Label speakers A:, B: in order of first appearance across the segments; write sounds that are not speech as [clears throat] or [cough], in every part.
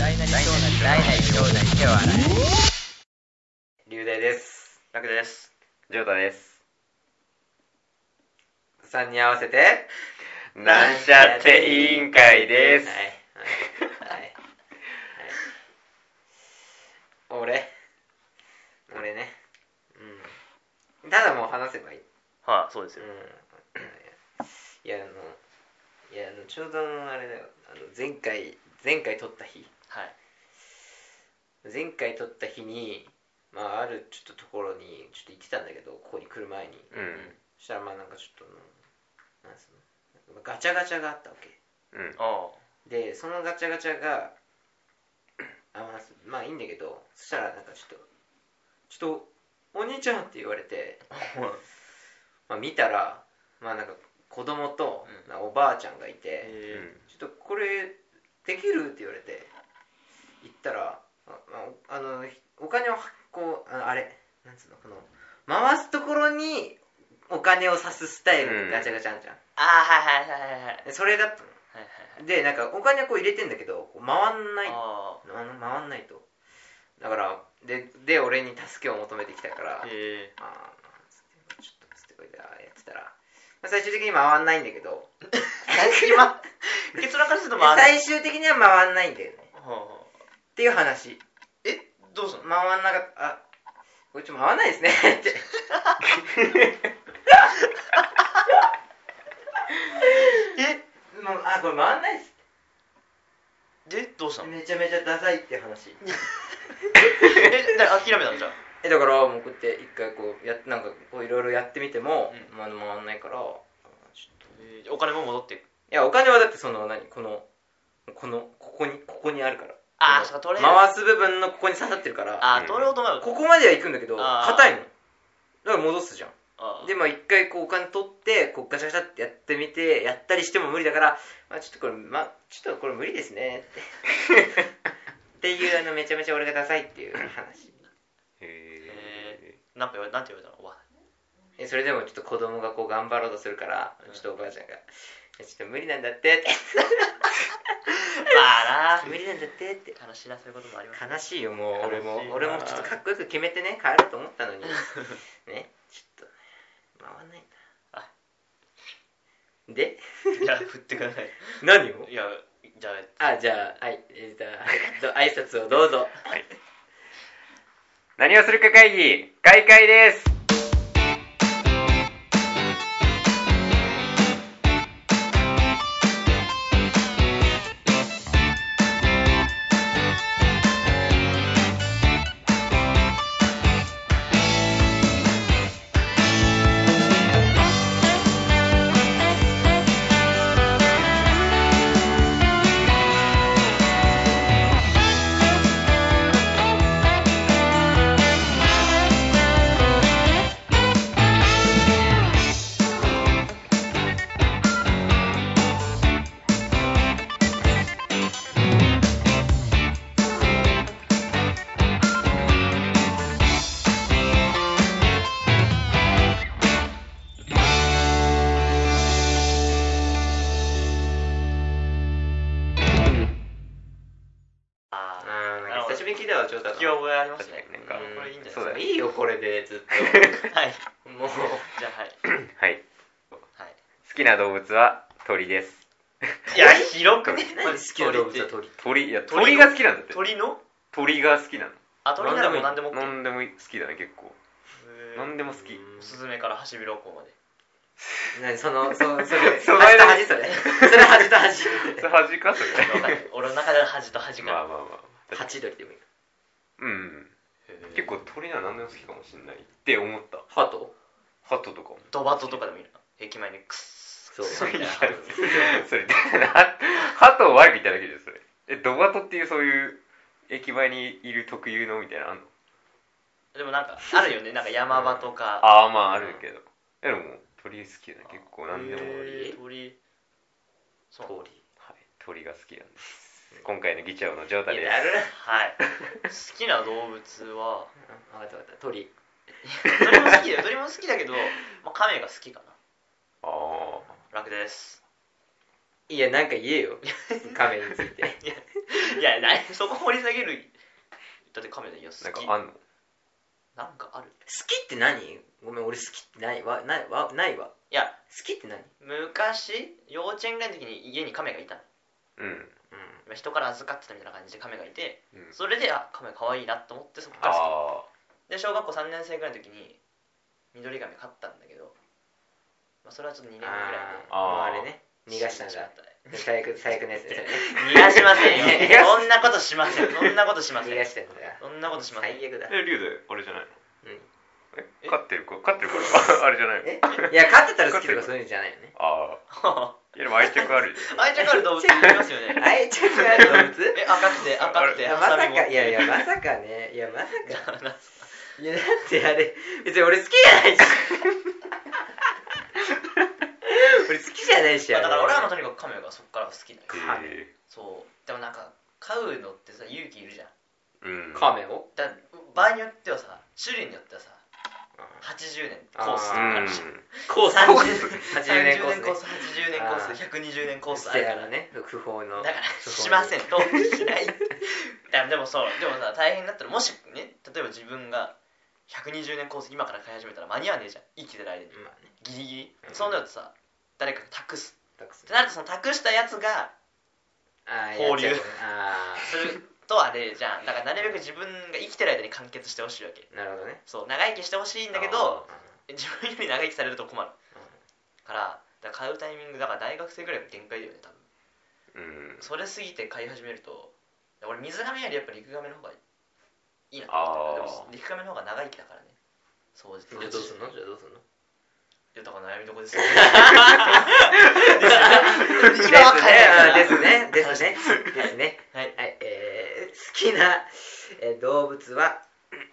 A: 大なり小なり大なり小なり手は洗い
B: 龍大です
C: 楽です。ジョータです。
B: 3に合わせて
C: なんちゃって委員会です。
B: はいはいはい俺俺ねうんただもう話せばいい
C: はい、そうですよ。
B: うん、いやあのいやあのちょうどあのあれだよあの前回前回撮った日
C: はい。
B: 前回撮った日にまああるちょっとところにちょっと行ってたんだけどここに来る前に、
C: う
B: そしたらまあなんかちょっとあのなんすのガチャガチャがあったわけ
C: ん。うん。あ
B: でそのガチャガチャがあまあすまあいいんだけどそしたらなんかちょっと「ちょっとお兄ちゃん」って言わ
C: [laughs]
B: れて、
C: あ。
B: まあ、見たらまあなんか子供と
C: うん
B: なんかおばあちゃんがいて、
C: うん。
B: ちょっとこれできるって言われて行ったらあああのひお金をはこうああれなんつうのこの回すところにお金を刺すスタイル
C: うん
B: のガチャガチャあんじゃん、
C: あはいはいはいはいはい。
B: でそれだったの
C: はいはい
B: でなんかお金をこう入れてんだけどこう回んない
C: あ
B: あの回んないとだからでで俺に助けを求めてきたから
C: あ。へ
B: あーつってちょっとつってこれであーやってたら、まあ、最終的に回んないんだけど最終的に
C: え。結論からするとまあ。
B: 最終的には回んないんだよね
C: はあ
B: っていう話
C: え、どうしたの
B: 回んなかったあこいつ回んないですねって
C: [laughs]
B: えもうあこれ回んないっす
C: で、どうしたの
B: めちゃめちゃダサいって話
C: え、だから諦めたのじゃあ。
B: えだからもうこうやって一回こうやっなんかこういろいろやってみても、
C: う
B: まあ、回んないからあちょっと
C: えーお金も戻っていく。
B: いやお金はだってその何このこのここにここにあるから
C: ああ、
B: こ
C: そう
B: の
C: か、取れる。
B: 回す部分のここに刺さってるから
C: ああ、取ろうと思う。
B: ここまでは行くんだけど
C: あー
B: 硬いのだから戻すじゃん
C: ああ
B: でまあ一回こうお金取ってこうガチャガチャってやってみてやったりしても無理だから、まあ、ちょっとこれ、まあ、ちょっとこれ無理ですねって [laughs] っていうあのめちゃめちゃ俺がダサいっていう話
C: えー、なんて言われなんて言われたのおば
B: えそれでもちょっと子供がこう頑張ろうとするからちょっとおばあちゃんが「えちょっと無理なんだって」って
C: まあ
B: 無理なんだってって
C: な。悲しいな、そういうこともあります。
B: 悲しいよもう俺も
C: 悲しいな
B: 俺もちょっとかっこよく決めてね帰ろうと思ったのにねちょっとね回んないんだ
C: あ
B: で
C: いや、振ってください。
B: 何を
C: いや、じゃあ、
B: あじゃあはいえーじゃあ挨拶をどうぞ
A: 何をするか会議開会です
C: ああ。
B: あー
C: なるほど
B: 久しぶりに聞いたわちょっと
C: 聞き覚えありますね。
A: 確かに
C: うんこれいいんじゃ
B: そ
C: な
B: う
C: い
B: だいいよこれでずっ [laughs]
C: ですか。はい。
B: ともう
C: じゃあ、はい。
A: はい
C: はい。
A: 好きな動物は鳥です
C: いや、広くね。
B: 何好きな動物は鳥
A: 鳥いや
C: 鳥
A: 鳥が好きなんだって
C: 鳥の
A: 鳥が好きな
C: あ、鳥ならもう何でも
A: の
C: OK。
A: 何でも好きだね結構
C: へー
A: 何でも好き
C: うんスズメからハシビロコウまで。
B: 何そのそそ
C: [laughs]
B: れ
A: その
B: 端と
A: 間
B: 端それそれ端と端
A: それ恥かそれ
C: わかんない [laughs] 俺の中では恥と恥
A: [laughs] まあ
C: が。
A: まあまあ
B: ハチドリでもいい
A: うん
C: へー
A: 結構。鳥なら何でも好きかもしんないって思った
B: ハト
A: ハトとかも
C: ドバトとかでもいいな。駅前にクッソ
B: そう
C: みたいな。
A: それ [laughs] ハハトを悪く言っただけじゃんそれえドバトっていうそういう駅前にいる特有のみたいなのあんの
C: でもなんか、あるよね。なんか山場とか。
A: ああまああるけどでも鳥好きだね結構何でも
C: へ
A: はい
C: ー鳥。そう。
B: 鳥
A: 鳥が好きなんです今回の議長のジョータ
B: い
A: で
B: ややる
C: はい。好きな動物は、
B: 分かった分かった鳥
C: 鳥も好きだよ。鳥も好きだけど、まあ、亀が好きか
A: ああ
C: な。楽です。
B: いやなんか言えよ亀について
C: いや、いやなそこ掘り下げるだってカメラいや好
A: なんか
C: き
A: あんの
C: なんかある
B: きって何ごめん俺好きってないわないわないわ
C: いや
B: 好きって何
C: 昔幼稚園ぐらいの時に家にカメがいたの
A: うん
B: う
C: まあ人から預かってたみたいな感じでカメがいて
A: うん
C: それであカメ可愛いなと思ってそこから好き
A: あ
C: で小学校3年生ぐらいの時に緑髪買ったんだけど、まあ、それはちょっと2年ぐ
B: んあ
C: ら
B: あもうあ
A: あー
B: れね
C: いで
B: 逃がしたん
C: 死んでまっ
B: だ
C: たね
B: 最悪最悪のやつだ
C: [laughs]
B: よね
C: 逃がしませんよ
B: 逃がし
C: そんなことしませんそんなことしませ
B: 逃
C: ん
B: がしたんだ
C: そんなことしません
B: 最悪だ
A: え龍であれじゃないの
B: うん
A: え飼ってる子飼ってる子 [laughs] あれじゃないの
B: えいや勝ってたら好きとかそういうんじゃないよね
A: あ
C: 愛
A: あいやでも愛着ある
C: 着ある動物いますよ
B: [laughs]
C: ね
B: 愛着ある動物
C: [laughs] え赤くて赤く
B: い
C: て
B: やま
C: ハ
B: さ
C: サミ持っ
B: か
C: て [laughs]
B: いやいやまさかねいやまさか
C: あない
B: やだってあれ別に俺好きじゃないし [laughs] 俺好きじゃないしあ
C: だ
B: れ
C: から俺はもうとにかくカメがそこから好きだよ
B: カメ
A: え
C: そうでもなんか飼うのってさ勇気いるじゃん
A: ーうん
B: カメを
C: だ場合によってはさ種類によってはさ
B: うん
C: 80年コースと
A: う
C: かあるし
A: ん
B: コース
C: 30
B: 80年コースね
C: 80年コース
B: あー
C: 120年コースあ
B: だ
C: る
B: か
C: から
B: らね不法の
C: だからしません
B: [laughs]
C: としないだでもそうでもさ大変だったらもしね例えば自分が120年コース今から買い始めたら間に合わねえじゃん生きてる間に
B: まあね
C: ギリギリ
B: うん
C: そうなるとさ誰かに託す
B: たく
C: っ
B: さん
C: てなるとその託したやつが
B: あー
C: 放流
B: やっちゃうあ
C: するとあれじゃ
B: [laughs]
C: んだからなるべく自分が生きてる間に完結してほしいわけ
B: ーなるほどね
C: そう長生きしてほしいんだけ
A: あー
C: ど自分より長生きされると困るからだから買うタイミングだから大学生ぐらいが限界だよね多分
A: うん
C: それ過ぎて買い始めると俺水亀よりやっぱ陸亀の方がいいな
A: あー
C: でも陸亀の方が長生きだからねそうじ
B: じゃあどうすんのじゃあどうすんの
C: いやだから悩みどこ
B: [laughs]
C: ですよですよね今は買えないから
B: ですねですねですね
C: はい
B: はいえー好きなえー動物は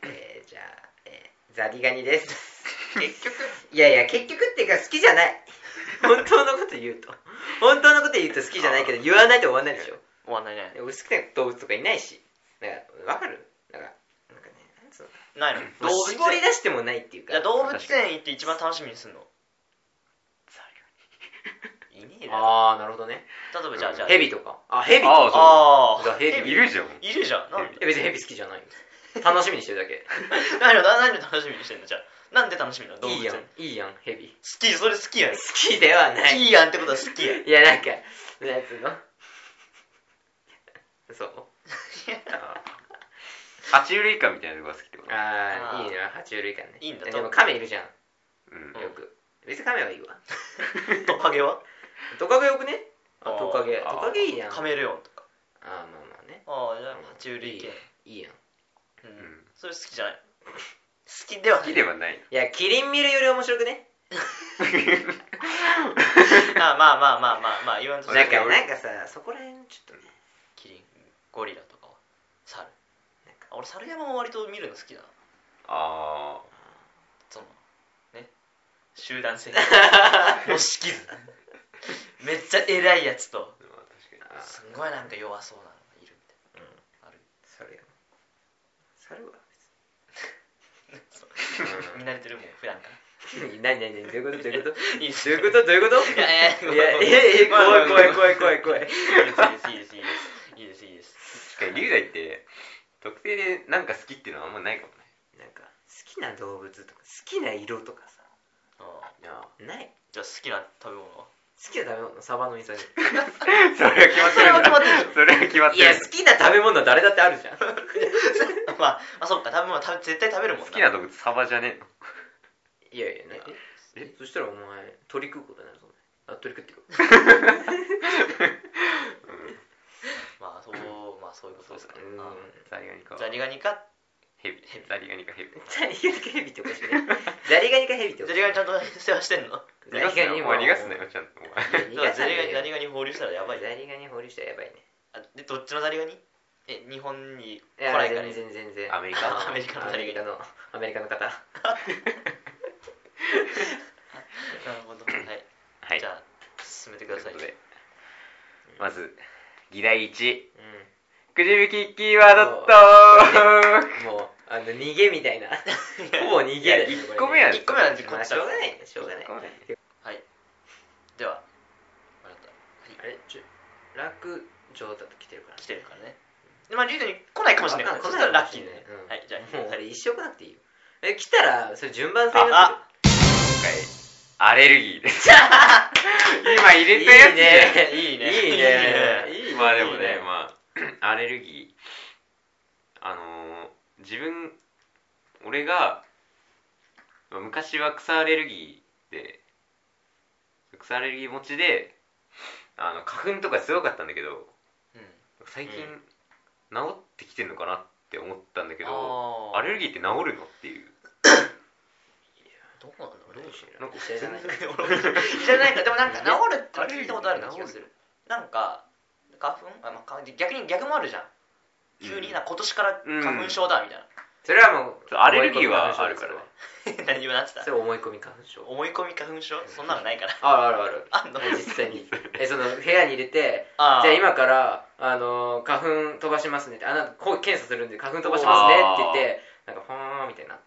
B: えーじゃあえーザリガニです
C: 結局
B: いやいや結局っていうか好きじゃない本当のこと言うと本当のこと言うと好きじゃないけど言わないと終わんないでしょ
C: 終わんないね
B: [laughs] で俺好きな動物とかいないしなんかわかるなんかなんかねなんつうの
C: ないの動物
B: 絞り
C: 園
B: 出してもないっていう
C: い
B: か
C: や動物園行って一番楽しみにすんのいねえだろ
B: ああなるほどね
C: 例えばじゃあじゃあ
B: ヘビとかあヘビ
A: あー
C: あ
B: じゃあ
C: あ
B: ヘビ
A: いるじゃん
C: いるじゃんなんで [laughs]
B: え別にヘビ好きじゃないよ楽しみにしてるだ [laughs] け
C: 何を何を楽しみにしてんのじゃあなんで楽しみなの動物
B: いい
C: 園
B: やんいいやんヘビ
C: 好きそれ好きやん
B: 好きではない
C: いいやんってことは好きやん
B: [laughs] いやなんかなんつうのそう
A: 爬虫類館みたいなのが好きってこと
B: あ
C: あ
B: あ
C: ー
B: いいな爬虫類館ね
C: いいんだ
B: でもカメいるじゃん
A: うん
C: うん
B: よく、別にカメはいいわ
C: トカゲは
B: トカゲよくねあ
C: あー
B: トカゲ
A: あー
B: トカゲいいやんあ
C: カメレオンとか
B: あーまあまあね
C: ああじゃあ爬虫類系
B: いいやん
C: う
A: うんん
C: それ好きじゃない好きでは
A: 好
C: な
A: き
C: い
A: ではない
B: いやキリン見るより面白く [laughs] ね
C: あまあまあまあまあまあ言わんと
B: なん
A: いや
B: か
A: 俺
B: なんかさそこら辺ちょっとね
C: キリンゴリラとかは猿
B: なんか
C: あ俺猿山も割と見るの好きだな
A: あ
C: そのね集団 [laughs] 戦もしきずめっちゃ偉いやつと
A: あ確か
B: あー
C: すんごいなんか弱そうなのがいるみたいな、ある
B: それよ猿はう
C: 見慣れてるもん普段から
B: 別に [laughs] 何何何どういうことどういうこと
C: いいです
B: どういうことどういうこと
C: いやいや
B: いやいやいや
C: まあまあ
B: 怖い怖い怖い怖い怖い
C: いいですいいですいいですいいですいいです
A: に確かに龍大って特定でなんか好きっていうのはあんまないかもね
B: なんか好きな動物とか好きな色とかさ
C: ああ
A: いや [laughs]
B: ない
C: じゃあ好きな食べ物は
B: 好きな食べ物サバの味噌煮
A: それは決まってるんだそれは決まっ
B: い
A: て
B: や
A: る
B: 好きな食べ物は誰だってあるじゃん
C: [laughs] まあまあそっか食べ物食べ絶対食べるもん
A: 好きな動物サバじゃね
B: いやいやね
A: え
B: えそしたらお前鳥食うことになるぞお前あ鳥食ってく
C: まあそうまあそういうことですかね
B: うん
A: えのザリガニか
C: ザリガニか
A: ヘビザリガニかヘビ
B: ザリガニかヘビっておかしいねザリガニかヘビってお
C: ザ
B: かしい
C: リガニちゃんと世話してんの
A: 逃がすなよお前逃がすなよちゃんとお前
B: 逃が
C: ザ
B: さな
C: リガ
B: いよ
C: ニザリガニ放流したらやばい
B: ザリガニ放流したらやばいね
C: あでどっちのザリガニえ日本に
B: い
C: 来
B: や
C: ないから
B: 全然全然
A: アメリカ
B: あ
C: アメリカの
B: ア
C: ザ
B: メ
C: リ
B: リ
C: ガ
B: カのアメリカの方
C: なるほ [clears throat] どはい、
A: はい
C: じゃあ進めてください
A: ということでまず議題1
B: う
A: くじ引きキーワードトー
B: ん
A: ク
B: もうあの逃げみたいな
C: [laughs]
B: ほぼ逃げ
A: いや
B: だよね
A: 一
B: これね
A: 個目やん
C: 1個目なんでこ
B: まあ
C: っち
B: し
C: だ
B: ょうがないねしょうがない
C: はいでは分かった
B: あれちょ楽城だと来てるから
C: 来てるからねでまあ、リュウジに来ないかもしれないから、そしたらラッキーね。
B: うん
C: はい、じゃあ、
B: もうあ
C: はい
B: れ一生来なくていいよえ来たらそれ順番制になって
C: あ、
A: 今回アレルギーです今入
B: る
A: れたやつじゃん
C: いいね
B: いいね
C: いいね
A: まあでもね
C: いいね
A: まあ [clears throat] アレルギーあのー自分俺がまあ昔は草アレルギーで草アレルギー持ちであの花粉とかすごかったんだけど
C: うん
A: 最近、
C: うん
A: 治ってきてんのかなって思ったんだけど
C: あー
A: アレルギーって治るのっていう
C: どうなんだろうね
A: なんか
B: 知らない
A: 全然
C: じゃ [laughs] ないかでもなんか治るってのは聞いたことあるような気がするなんか花粉あ、まあ、花粉逆に逆もあるじゃん急にな今年から花粉症だみたいな、
B: それはもう
A: アレルギーはあるからね
C: 何今な [laughs] ってた
B: それは思い込み花粉症
C: 思い込み花粉症そんなのない [laughs] から
B: あるあるある
C: あんの
B: 実際にえその部屋に入れて
C: あー
B: じゃあ今から、あのー花粉飛ばしますねってあなんかこう検査するんで花粉飛ばしますねって言ってなんかファーンみたいな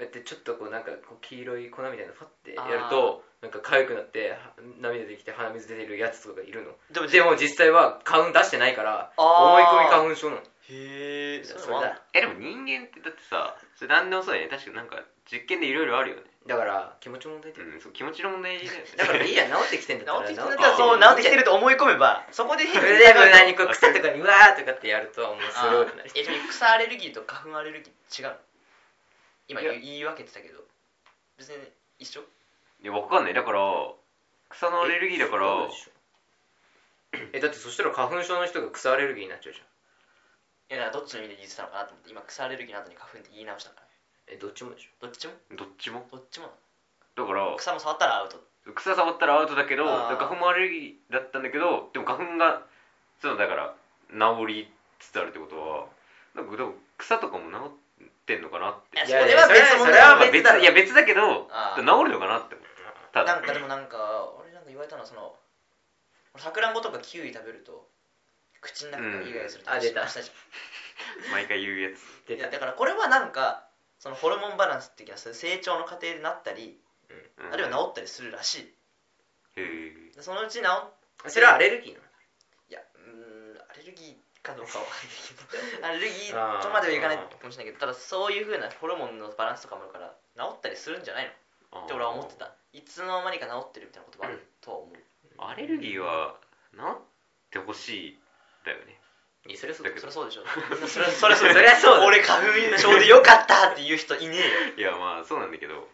B: やってちょっとこうなんかこう黄色い粉みたいなのファッてやるとなんか痒くなっては涙出てきて鼻水出てるやつとかいるの
C: でも
B: で
C: へ
B: も実際は花粉出してないから
C: あ
B: 思い
C: ー
B: 込み花粉症なの
C: えそ
B: そうれ
C: なん
B: だ
C: だ
A: えでも人間ってだってさそれ何でもそうだよね確かなんか実験でいろいろあるよね
B: だから気持ちの問題だよ
A: うんそう気持ちの問題だよね
B: [laughs] だからいいや治ってきてんだ
C: 治
B: った
C: ってきてるんだ
B: ら治っ
C: っ
B: て [laughs]
C: たらそう治ってきてると思い込めばそこで変
B: そ
C: に
B: [laughs] れでこう何
C: 何
B: こう草とかにうわーとかってやるともうスローになる
C: えでも草アレルギーと花粉アレルギー違うの今
A: いや
C: 言い言い分けてたけど別に一緒
A: いやわかんないだから草のアレルギーだか
B: え
A: ら
B: そうでしょえだってそしたら花粉症の人が草アレルギーになっちゃうじゃん
C: いやだからどっちの意味で言ってたのかなと思って今草アレルギーの後に花粉って言い直したから
B: えどっちもでしょ
C: どっちも
A: どっちも
C: どっちも
A: だから
C: 草も触ったらアウト
A: 草触ったらアウトだけど
C: あー
A: だから花粉もアレルギーだったんだけどでも花粉がそうだから治りつつあるってことはなんかでも草とかも治ってんのかなって
C: いや
B: いやい
C: それは
B: やそ
C: 別
B: れは
C: 物だ
B: それは別だろ
A: まあ別いや別だけど
C: あー
A: 治るのかなって思った
C: な
A: だ
C: んかでもなんか俺なんか言われたのはその俺さくらんぼとかキウイ食べると口の中がイガイガするって
B: うんあ出た
C: 話したじ
A: 毎回言うやつ
C: ゃんい
B: 出
C: や
B: た
C: だからこれはなんかそのホルモンバランス的なそういう成長の過程でなったり
A: うん
C: あるいは治ったりするらしい
A: へえ
C: でそのうち治っ
B: それはアレルギーない
C: やうーんアレルギーかどうかは分かんないけどアレ
B: [laughs]
C: ルギーとまではいかないかもしれないけどただそういうふうなホルモンのバランスとかもあるから治ったりするんじゃないの
A: っ
C: って俺は思ってたいつの間にか治ってるみたいなことがあるとは思う
A: アレルギーは治ってほしいだよね
B: のいやそれはそうだ
A: だけ
B: け
A: ど
B: ど
C: そりゃそうでしょそりゃそりゃそう
B: そりゃそうだ
C: 俺花粉症でよかったっていう人いねえよ
A: いやまあそうなんだけど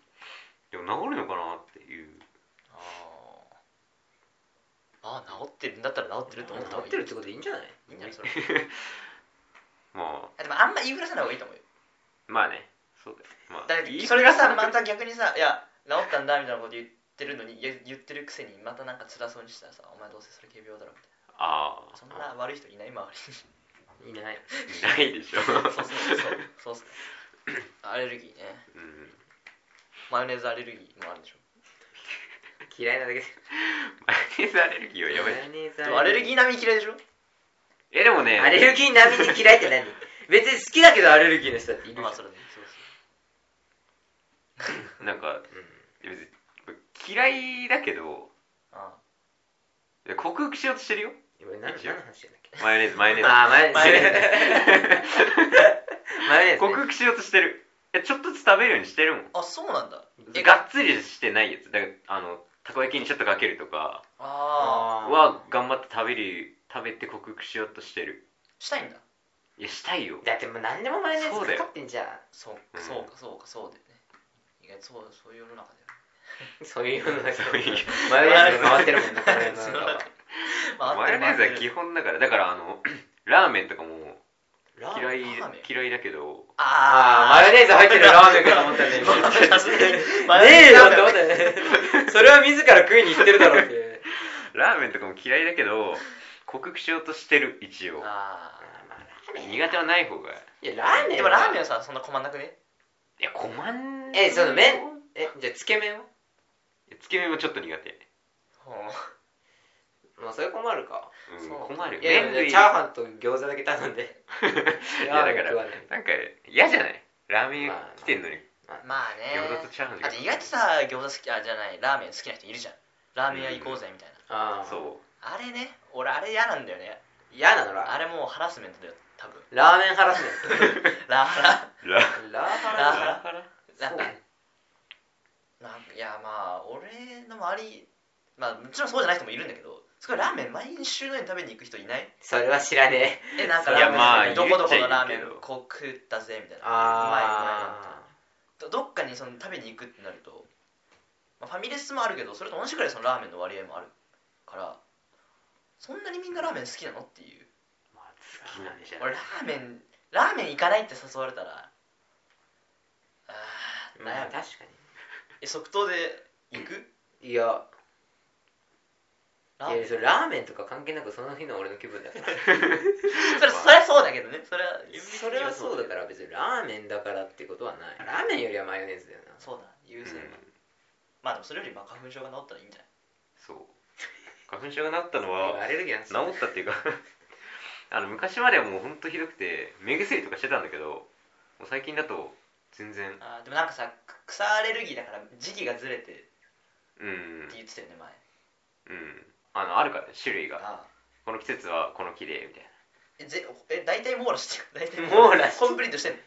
A: [clears throat] でも治るのかなっていう
C: ああ治ってるんだったら治ってると思った
B: 治
C: 方が
B: っ
C: いい
B: てるってことでいいんじゃない
C: いいんじゃないそれ
A: まあ
C: あでもあんま言いふらさない方がいいと思うよ
A: まあねそうだよまあ
C: だって
A: 言い
C: それがさ
A: ふら
C: ま
A: され
C: た逆にさ「いや治ったんだ」みたいなこと言ってるのにいや言ってるくせにまたなんか辛そうにしたらさ「お前どうせそれ軽病だろ」みたい
A: あ
C: なそんな悪い人いない周りに
B: いない
A: あないでし
C: [laughs]
A: ょ
C: そうそうそうそうっ
B: [laughs]
C: すねアレルギーね
A: [laughs] うん
C: マヨネーズアレルギーもあるでしょ
B: 嫌いなだけで
A: マヨネーズアレルギーはやばい
B: マヨネーズ
C: でもアレルギー並み嫌いでしょ
A: えでもね
B: アレルギー並みに嫌いって何別に好きだけどアレルギーの人だっているじゃん
C: まあそれねそうそう
A: なんか
B: うん
A: 別に嫌いだけど
C: あ
A: いや克服しようとしてるよ
B: 今何何の話してんだっけ
A: マヨネーズマヨネーズ
B: あーマヨネーズ [laughs] マヨネーズね
A: [laughs] 克服しようとしてるいやちょっとずつ食べるようにしてるもん
C: ああそうなんだ
A: えがっつりしてないやつだからあのたこ焼きにちょっとかけるとか
C: ああ
A: は頑張って食べる食べて克服しようとしてる
C: したいんだ
A: いやしたいよ
B: だってもう何でもマヨネー
A: そう
B: ズ
A: だよ
B: かかってんじゃん
C: そう
A: うん
C: かそうかそうかそうだよね意外とそうそういう世の中だよ
B: そういうのだけ
A: そういう
B: マヨネーズが回ってるもんねこの世の中は
C: まあ
A: [laughs] マヨネーズは基本だからだからあの [clears throat] ラーメンとかも
C: ラー
A: 嫌い
C: メンラーメン
A: 嫌いだけど
B: あーマヨネーズ入ってるラーメンかと思ったね
C: [laughs]
B: 今
C: マヨネーズ
B: ねえよって
C: マヨ
B: 思
C: ネ
B: っ
C: ーズ
B: たねそれは自ら食いに行ってるだろうっていう
A: ラーメンとかも嫌いだけど克服しようとしてる一応
C: あ
A: 苦手はない方がい
B: いやラー
C: ー
B: メン
C: でもラーメンはさそんな困んなくね
A: や困ん
B: えその麺えじゃあつけ麺は
A: いやつけ麺もちょっと苦手、
C: ほう
B: まあそれ困るか
A: うん
C: そう
A: 困るよ
B: いや
A: 麺
B: でも
A: 類
B: チャーハンと餃子だけ頼んで
A: [laughs] いや
B: ラーメ
A: だ
B: ン
A: から
B: 食わ
A: なん
B: ない
A: か嫌じゃないラーメン屋
B: まあまあ
A: 来てんのに
C: まあね
A: 餃子とチャーハンだけ
C: あと意外とさ餃子好きあじゃないラーメン好きな人いるじゃんラーメン屋行こうぜみたいな
B: ああ
A: そう
C: あれね俺あれ嫌なんだよね
B: 嫌なのラ
C: あれもうハラスメントだよ多分
B: ラーメンハラスメ
C: ラーラ
A: ラ
B: ントラーハ
C: ラー
B: ラ
C: ハ
B: スメン
C: ラ
A: ハラ
B: ト
C: なんか
B: そう
C: なんかいやまあ俺の周りまあもちろんそうじゃない人もいるんだけどすごいラーメン毎週のように食べに行く人いない
B: それは知らねえ
C: えなんか
B: い
C: ラ
B: や
C: ーメン、
B: まあ
C: どこどこのラーメ
A: 言っちゃいるけ
C: ン
A: ど
C: こう食ったぜみたいなうまいうまいなみたいな
B: あ
C: どどっかにその食べに行くってなると、まあ、ファミレスもあるけどそれと同じくらいそのラーメンの割合もあるからそんなにみんなラーメン好きなのっていう
B: ーまあ好きなんじゃない
C: 俺ラーメンラーメン行かないって誘われたらあー
B: まあ
C: 悩
B: 確
C: む
B: か
C: え即答で行く
B: にいや
C: ラー
B: い
C: メン
B: やそれラーメンとか関係なくその日の俺の気分だから
C: それそれはそうだけどねそれは
B: それはそうだから別にラーメンだからってことはないラーメンよりはマヨネーズだよな
C: そうだ優
A: うん
C: 先、まあでもそれよりまあ花粉症が治ったらいいんじゃない
A: そう花粉症が治ったのは
B: アレルギーなんです
A: 治ったっていうか [laughs] あの昔まではもうほんとひどくて目薬とかしてたんだけどもう最近だと全然
C: あーでもなんかさく草アレルギーだから時期がずれてって
A: うん
C: 言ってたよね前
A: うんあのあるからね種類が
C: あ
A: この季節はこの木でみたい
C: えぜえ大体 [laughs] 網羅してる大体
B: 網羅してる
C: コンプリートしてんの
A: な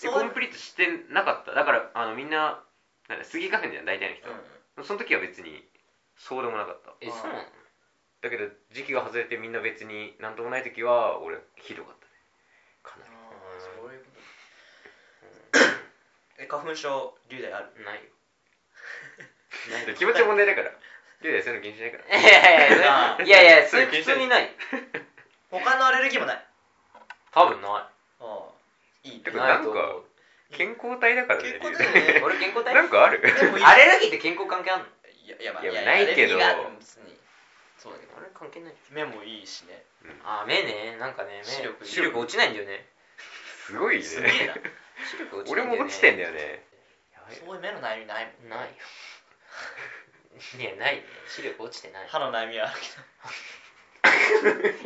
A: でコンプリートしてなかっただからあのみんななんだスギ花粉じゃん大体の人
C: うん、
A: その時は別にそうでもなかった
B: えそうなの
A: だけど時期が外れてみんな別になんともない時は俺ひどかったねかなり
C: そういうことえ花粉症流大ある
B: ないよ
A: で [laughs] 気持ちの問題だからリュウダイそういうの気にしないから
B: いやいやいやいやそれ
A: それ気に
B: 普
A: して
B: 通にない
C: 他のアレルギーもない
B: 多分な
C: ああいいね
A: て
B: い
A: か
B: ないと思う
A: 健康体だからね
C: 健康
A: リュウ
C: だ
A: ダ
C: よ
A: イ
C: ね
B: 俺健康体
A: なんかある
C: でもいい
B: アレルギーって健康関係あんの
C: いやいやまあ
A: いや
C: いや
A: ない
C: アレルギー
A: けど
C: があるの別にそうだけど
B: あれ関係ない
C: 目もいいしね
B: あ目ねなんかね目
C: 視力
B: 視力落ちないんだよね
A: すごいね
C: すげえな
B: 視力落ちな
A: 俺
B: いんだよね
A: も落ちてんだよね
B: やばいよ
C: そういう目の悩みないもん
A: [laughs]
B: ないよいやないね視力落ちて
A: [laughs]
B: ない
C: 歯の悩みはある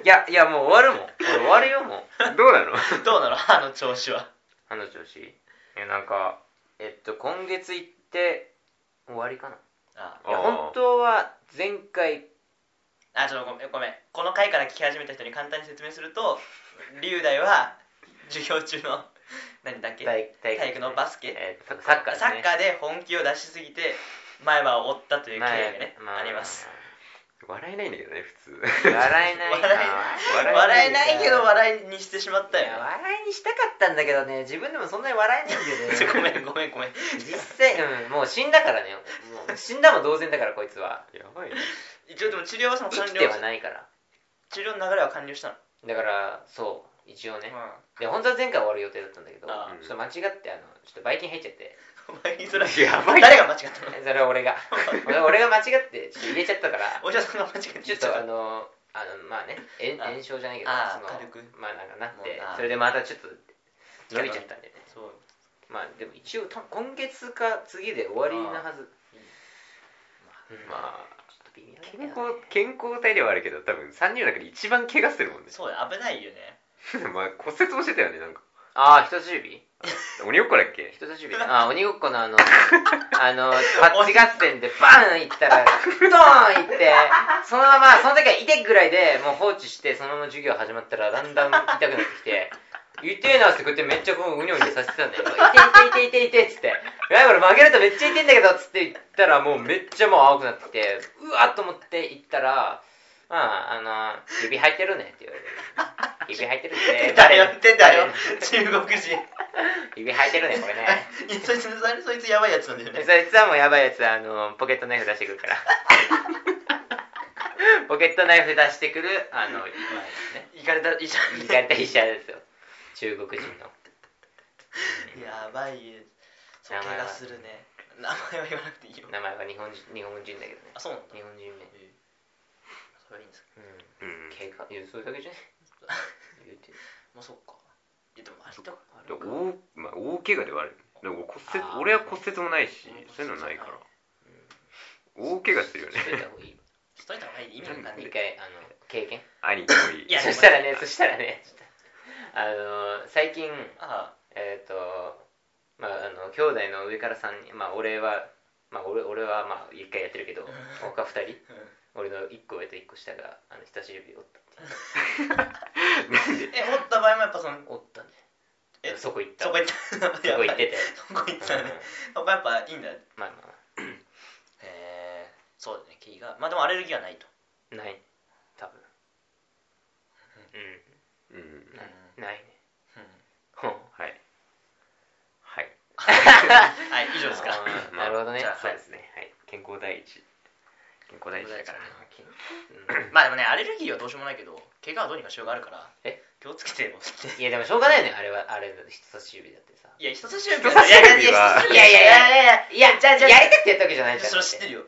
B: いやいやもう終わるもん俺終わるよもう
A: どうなの
C: けど [laughs] どうなの歯の調子は
B: 歯の調子いやなんかえっと今月行って終わりかな
C: あ
B: いや
A: あー
B: 本当は前回
C: ああちょっとごめんごめんこの回から聞き始めた人に簡単に説明すると龍大は授業中の何だっけ
B: 体体
C: 体育のバスケ
B: えーとサッカーです
C: サ
B: ね
C: ッカーで本気を出しすぎて前歯を折ったという経緯がね、
B: まあ
C: あ、ります
A: 笑えないんだけどね普通
B: 笑えないな
C: 笑え笑えないけど笑いにしてしまった
B: い
C: よ
B: や笑いにしたかったんだけどね自分でもそんなに笑えないんだよ
C: [laughs]
B: ね
C: ごめんごめんごめん
B: 実際、うん、もう死んだからねもう死んだも同然だからこいつは
A: やばいね
C: 一応でも治療はその
B: 生
C: 完
B: き
C: 了
B: てはないから
C: 治療の流れは完了したの、
B: だからそう一応ね
C: う
B: で本当は前回終わる予定だったんだけど
C: あ
A: ー
B: ちょっと間違ってあのちょっとばい菌入っちゃって
C: ん、お前にそれ
A: やばい
C: 誰が間違ったの
B: それは俺が [laughs] 俺俺が間違ってちょっと入れちゃったから
C: お医者さんが間違え
B: ち
C: て
B: ょっとあのあのまあね炎
C: あ
B: 炎症じゃないけど
C: あー
B: その
C: 軽く
B: まあなんかなっ
C: も
B: て
C: うあー
B: それでまたちょっと伸びちゃったんでね
C: そう
B: まあでも一応と今月か次で終わりなはずうんまあ
A: まあ
B: ちょっと微妙だけど
A: 健
B: ね
A: 康健康体ではあるけど多分3人の中で一番怪我してるもんね [laughs]
C: そうだ危ないよね
A: まあ骨折もしてたよねなんか
B: ああ人差し指
A: 鬼ごっこだっけ
B: 人差し指ああ鬼ごっこの [laughs] あのあのパッチ合戦でバーンいったらドーンいってそのままその時は痛いぐらいでもう放置してそのまま授業始まったらだんだん痛くなってきて痛えなってこうやってめっちゃこううにょうにょさせてたんだよ痛い痛い痛い痛い痛いっつってライバル曲げるとめっちゃ痛いんだけどっつって言ったらもうめっちゃもう青くなってきてうわっと思って行ったらまああの指入ってるねって言われて指入ってるね [laughs]
C: 出たよ出たよ中国人
B: 指入ってるねこれね
C: [laughs] いやそいつそいつやばいやつなんだよ
B: え
C: ね
B: そいつはもうやばいやつあのポケットナイフ出してくるから [laughs] ポケットナイフ出してくるあのまあですね
C: 行かれた医者
B: 言い方医者ですよ [laughs] 中国人の
C: やばいそう
B: 名前
C: 怪
B: は
C: 我するね名前は言わなくていいよ
B: 名前は日本人日本人だけどね
C: あそうなんだ
B: 日本人名
C: えーそれはいいんですか
B: うん
A: うん
B: 経過いやそれだけじゃない言うて
C: まあそっかいやでもあれ
A: そ
C: と
A: っ
C: あれ
A: 大
C: か
A: まあ、大怪我ではあるでも骨
B: あー
A: 折俺は骨折もないしそういうのないから大怪我してるよね
B: しといた方がいい
C: しといた方がいい意味わかんない
B: 一回あの経験
A: 兄貴もいい
C: いや
B: そしたらねそしたらねあの最近
C: あ
B: えっ、とまああの兄弟の上から3人まあ俺はまあ俺俺はまあ1回やってるけど他2人
C: あうん
B: 俺の1個上と1個下があの人差し指折ったっていう
C: やっぱその
B: お
C: [laughs]
B: ったね
C: え
A: そこ行った
C: そこ行った
A: そこ行って
C: た
A: たよ
C: そこ行ってたね
A: うん
C: そこやっぱいいんだへ
A: まあま
C: えそうだねキーがまあでもアレルギーはないと
A: あない多分うんうん
C: うん
A: ないね
C: うん
A: ほんはいはい
C: はい以上ですか
A: あーなるほどね
C: じゃあ
A: そう
C: はい
A: ですねはい健康第一健康第一だからなうん
C: まあでもねアレルギーはどうしようもないけど怪我はどうにかしようがあるから
A: え
C: 気をつけてよって
A: いやでもしょうがないよねあれはあれ人差し指だってさ
C: いや人差し指
A: 人差し指はい
C: やいやいやいや
A: いやいやじゃあじゃあやりたくてやったわけじゃないじゃん
C: それ知ってるよ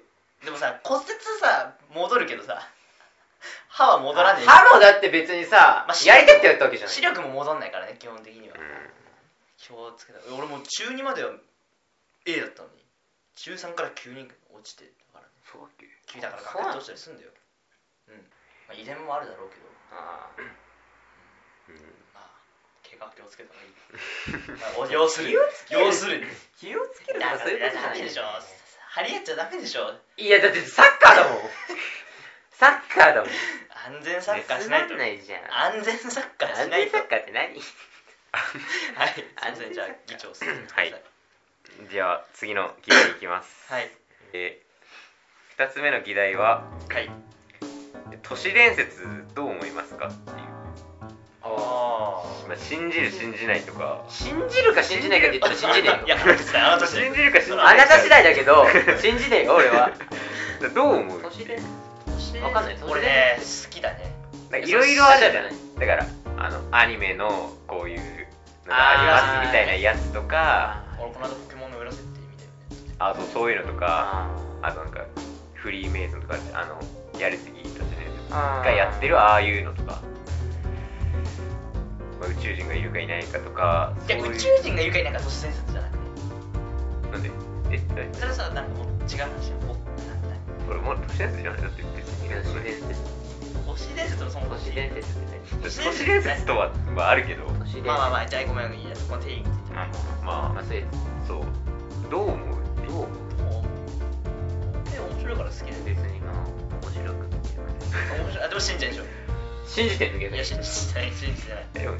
C: でもさ骨折さ戻るけどさ歯は戻らねえ
A: 歯もだって別にさ、
C: まあ視力
A: やりたくてやったわけじゃない
C: 視力も戻んないからね基本的には
A: うん
C: 気をつけた俺もう中2までは A だったのに中3から急に落ちてだからね
A: そうだっけ
C: 急だから
A: そうな
C: 学
A: の
C: 年通したりすんだようん、まあ、遺伝もあるだろうけど
A: ああ
C: まあ怪我は気をつけた方がいいま
A: [laughs]
C: あ要するに要するに
A: 気をつけると
C: だか
A: かそういう
C: ら
A: ことじゃ
C: ダ
A: ない
C: メでしょ張り合っちゃダメでしょ
A: いやだってサッカーだもんサッカーだもん
C: 安全サッカーしないと
A: つまんないじゃん
C: 安全サッカーし
A: 安
C: ない
A: 全
C: と
A: サ
C: は
A: ッカーって何
C: いすいませんじゃあ議長進んでください
A: はいじゃあ次の議題いきます
C: はい
A: えー、2つ目の議題は
C: はい
A: 「都市伝説どう思いますか?」っていう、
C: あ
A: まあ、信じる信じないとか
B: 信じるか信じないかって言ったら信じねえ
C: い
B: よ
C: やあなた
A: 信じるか信じないか
B: あなた次第だ
C: [laughs]
B: けど信じねえよ俺は
A: どう思う
B: 都市伝説
C: わ
B: わかんない都市伝説
C: 俺ね好きだね
A: なんかいろいろあるじゃないだからあのアニメのこういうのがありますみたいなやつとか
C: 俺この間ポケモンの裏設定みたいな
A: あとそういうのとか
B: あ
A: あとなんかフリーメイソンとかあのやりすぎたじゃないです
B: あ
A: がやってるああいうのとか、まあ、宇宙人がいるかいないかとかそう
C: や
A: いう
C: 宇宙人がいるかいないか都市伝説じゃなくて
A: なんでえ大丈
C: それはさなんかもう違う話もなんだ
A: 夫これもう都市伝説じゃないだって別に
B: 都市伝説
C: 都市伝説のそもそも
B: 都市伝説って
A: 都市伝説とは、まあ、あるけど
B: 何都市伝説
C: まあまあまあじゃあごめんいいやそこの定義って言っても
A: まあ
B: まあそういうや
A: そうどう思うっていう
C: で面白いから好きだよ
B: つ別にまあ面白くっていうかね
C: 面白いあでも信じてんでしょ
B: 信じてんだけど
C: いや信じてない信じてない
A: えうん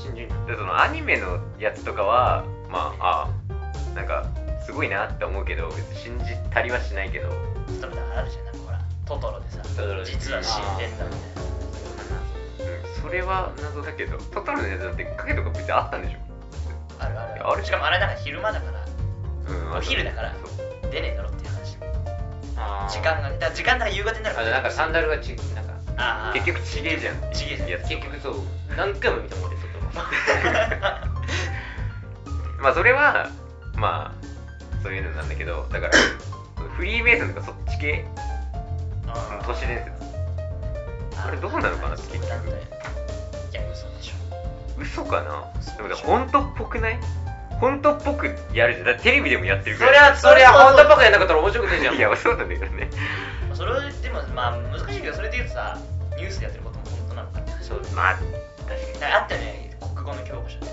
B: 信じる
A: でそのアニメのやつとかはまああなんかすごいなって思うけど別に信じたりはしないけど
C: ちょっとあるじゃんなんかほらトトロでさ
A: トトロで
C: 実は死んでんだみたいな
A: うんそれは謎だけどトトロのやつだって影とか別にあったんでしょ
C: あるある
A: ある
C: しかもあれなんか昼間だから
A: うん
C: お昼だから
A: そう
C: 出ねえだろっていう話
B: あー
C: 時間がねだから時間だから夕方になる
B: あとなんかサンダルがちなんか
C: ああ
A: 結
C: [laughs]
A: 局ちげえじゃん
C: ちげえじゃん
A: やつ
B: 結局そう何回も見たもん俺ちょっと
A: まあそれはまあそういうのなんだけどだから [coughs] フリーメイソンとかそっち系
C: あー
A: 都市伝説あれどうなのかな
C: そ
A: 結
C: う
A: 局
C: なんだよいや嘘でしょ
A: 嘘かなで
C: 嘘で
A: もね
C: しょ
A: 本当っぽくない本当っぽくやるじゃんだってテレビでもやってる
B: そ
A: ぐらい
B: れはそれは本当っぽくやんなかったら面白くねえじゃん
A: いやそうなんだけどね
C: それでもまあ難しいけどそれで言うとさニュースでやってることも本当なのかって話
B: そうです
A: まあ
C: なんかあったよね国語の教科書で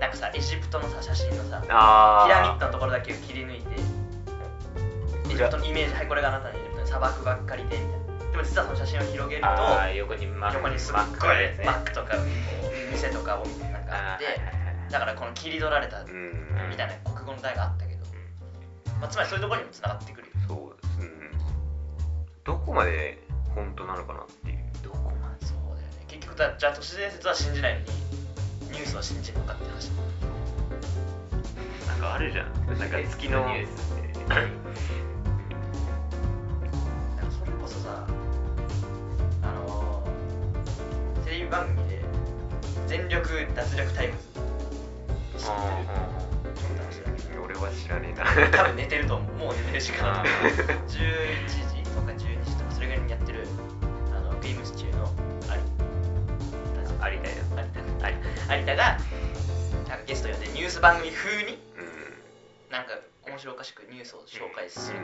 C: なんかさエジプトのさ写真のさ
A: あ
C: ピラミッ
A: ド
C: ドのところだけを切り抜いてエジプトのイメージはいこれがあなたのエジプトの砂漠ばっかりでみたいなでも実はその写真を広げると
B: あー横にマ
C: 横にすっ
B: マ
C: ごい
B: ですね
C: マックとかこう店とかをなんかあっ
B: あーはいは
C: て
B: いはい
C: だからこの切り取られた
A: うん
C: みたいな国語の題があったけど、まあ、つまりそういうところにもつながってくるよ
A: そううんどこまで本当なのかなっていう
C: どこまでそうだよね結局だじゃあ都市伝説は信じないのにニュースは信じるのかって話
A: なんかあるじゃんなんか月の
B: ニュースって
C: なんかそれこそさあのー、テレビ番組で「全力脱力タイムズ」知ってるちょっと話だけど
A: 俺は知らねえな
C: 多分寝てると思うもう寝てる時間だ
A: あ
C: と思う
A: ー
C: 11時とか12時とかそれぐらいにやってるあのビームス中の有田さん
A: 有田よ
C: 有田有有田がなんかゲスト呼んでニュース番組風に
A: う
C: なんか面白おかしくニュースを紹介す
A: ん
C: る、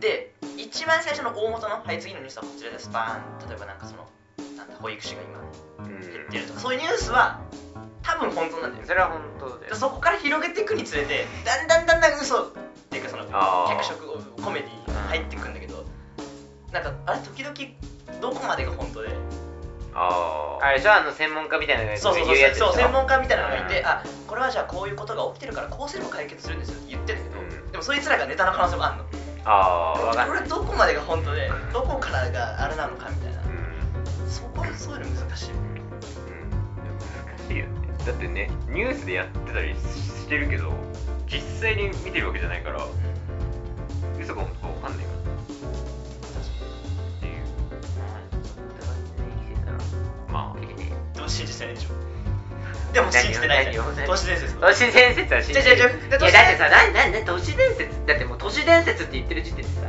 C: で一番最初の大元の「はい次のニュースはこちらです」バーン例えばなんかそのなんだ保育士が今
A: う
C: 減
A: ん
C: ってるとかそういうニュースは多分本当なんだよ
B: それは本当だ
C: で
B: よ
C: そこから広げていくにつれてだんだんだんだん嘘っていうかその
A: あー
C: 脚色をコメディが入ってくんだけどなんかあれ時々どこまでが本当で
A: あ
B: あれでしょあの専門家みたいなのが
C: そうそうそ
B: 言
C: う
B: うやつでし
C: そ
B: ょ
C: う専門家みたいなのがいて、
B: うん
C: あこれはじゃあこういうことが起きてるからこうすれば解決するんですよって言ってるけど、
A: うん
C: でもそいつらがネタの可能性もあんの
A: ああ分か
C: こ
A: る
C: れどこまでが本当でどこからがあれなのかみたいな
A: うん、う
C: そこそういうの難しい
A: ん、難しいよねだってねニュースでやってたりしてるけど実際に見てるわけじゃないから嘘かもとか分かんないからっていうまあいいね
C: でも信じてないでしょでも信じてないじゃん
B: 何を
C: 都市伝説
B: 都市伝説は信じてる
C: 違う違う違う
B: いやだってさななな都市伝説だってもう都市伝説って言ってる時点でさ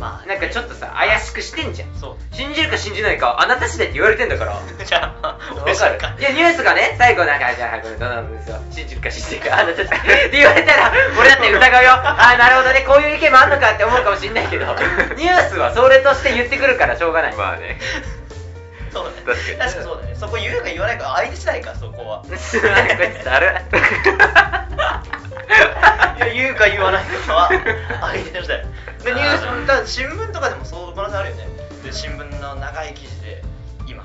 C: まあ
B: なんかちょっとさ怪しくしてんじゃん
C: そ
B: 信じるか信じないかあなた次第って言われてんだから
C: う [laughs] じゃあ
B: [laughs] わかるいやニュースがね最後なんかじゃあこれどうなんですよ信じるか信じないかあなた次第って言われた [laughs] ら俺だって疑うよああなるほどねこういう意見もあんのかって思うかもしんないけ [laughs] どニュースはそれとして言ってくるからしょうがない
A: まあね
C: そうだね
A: 確かに
C: 確かそうだねそこ言うか言わないか相手次第かそこは
B: なんかこいつだ [laughs] る
C: いや [laughs] 言うか言わないかは [laughs] 相手次第でニュースもだから新聞とかでもそう可能性あるよねで新聞の長い記事で今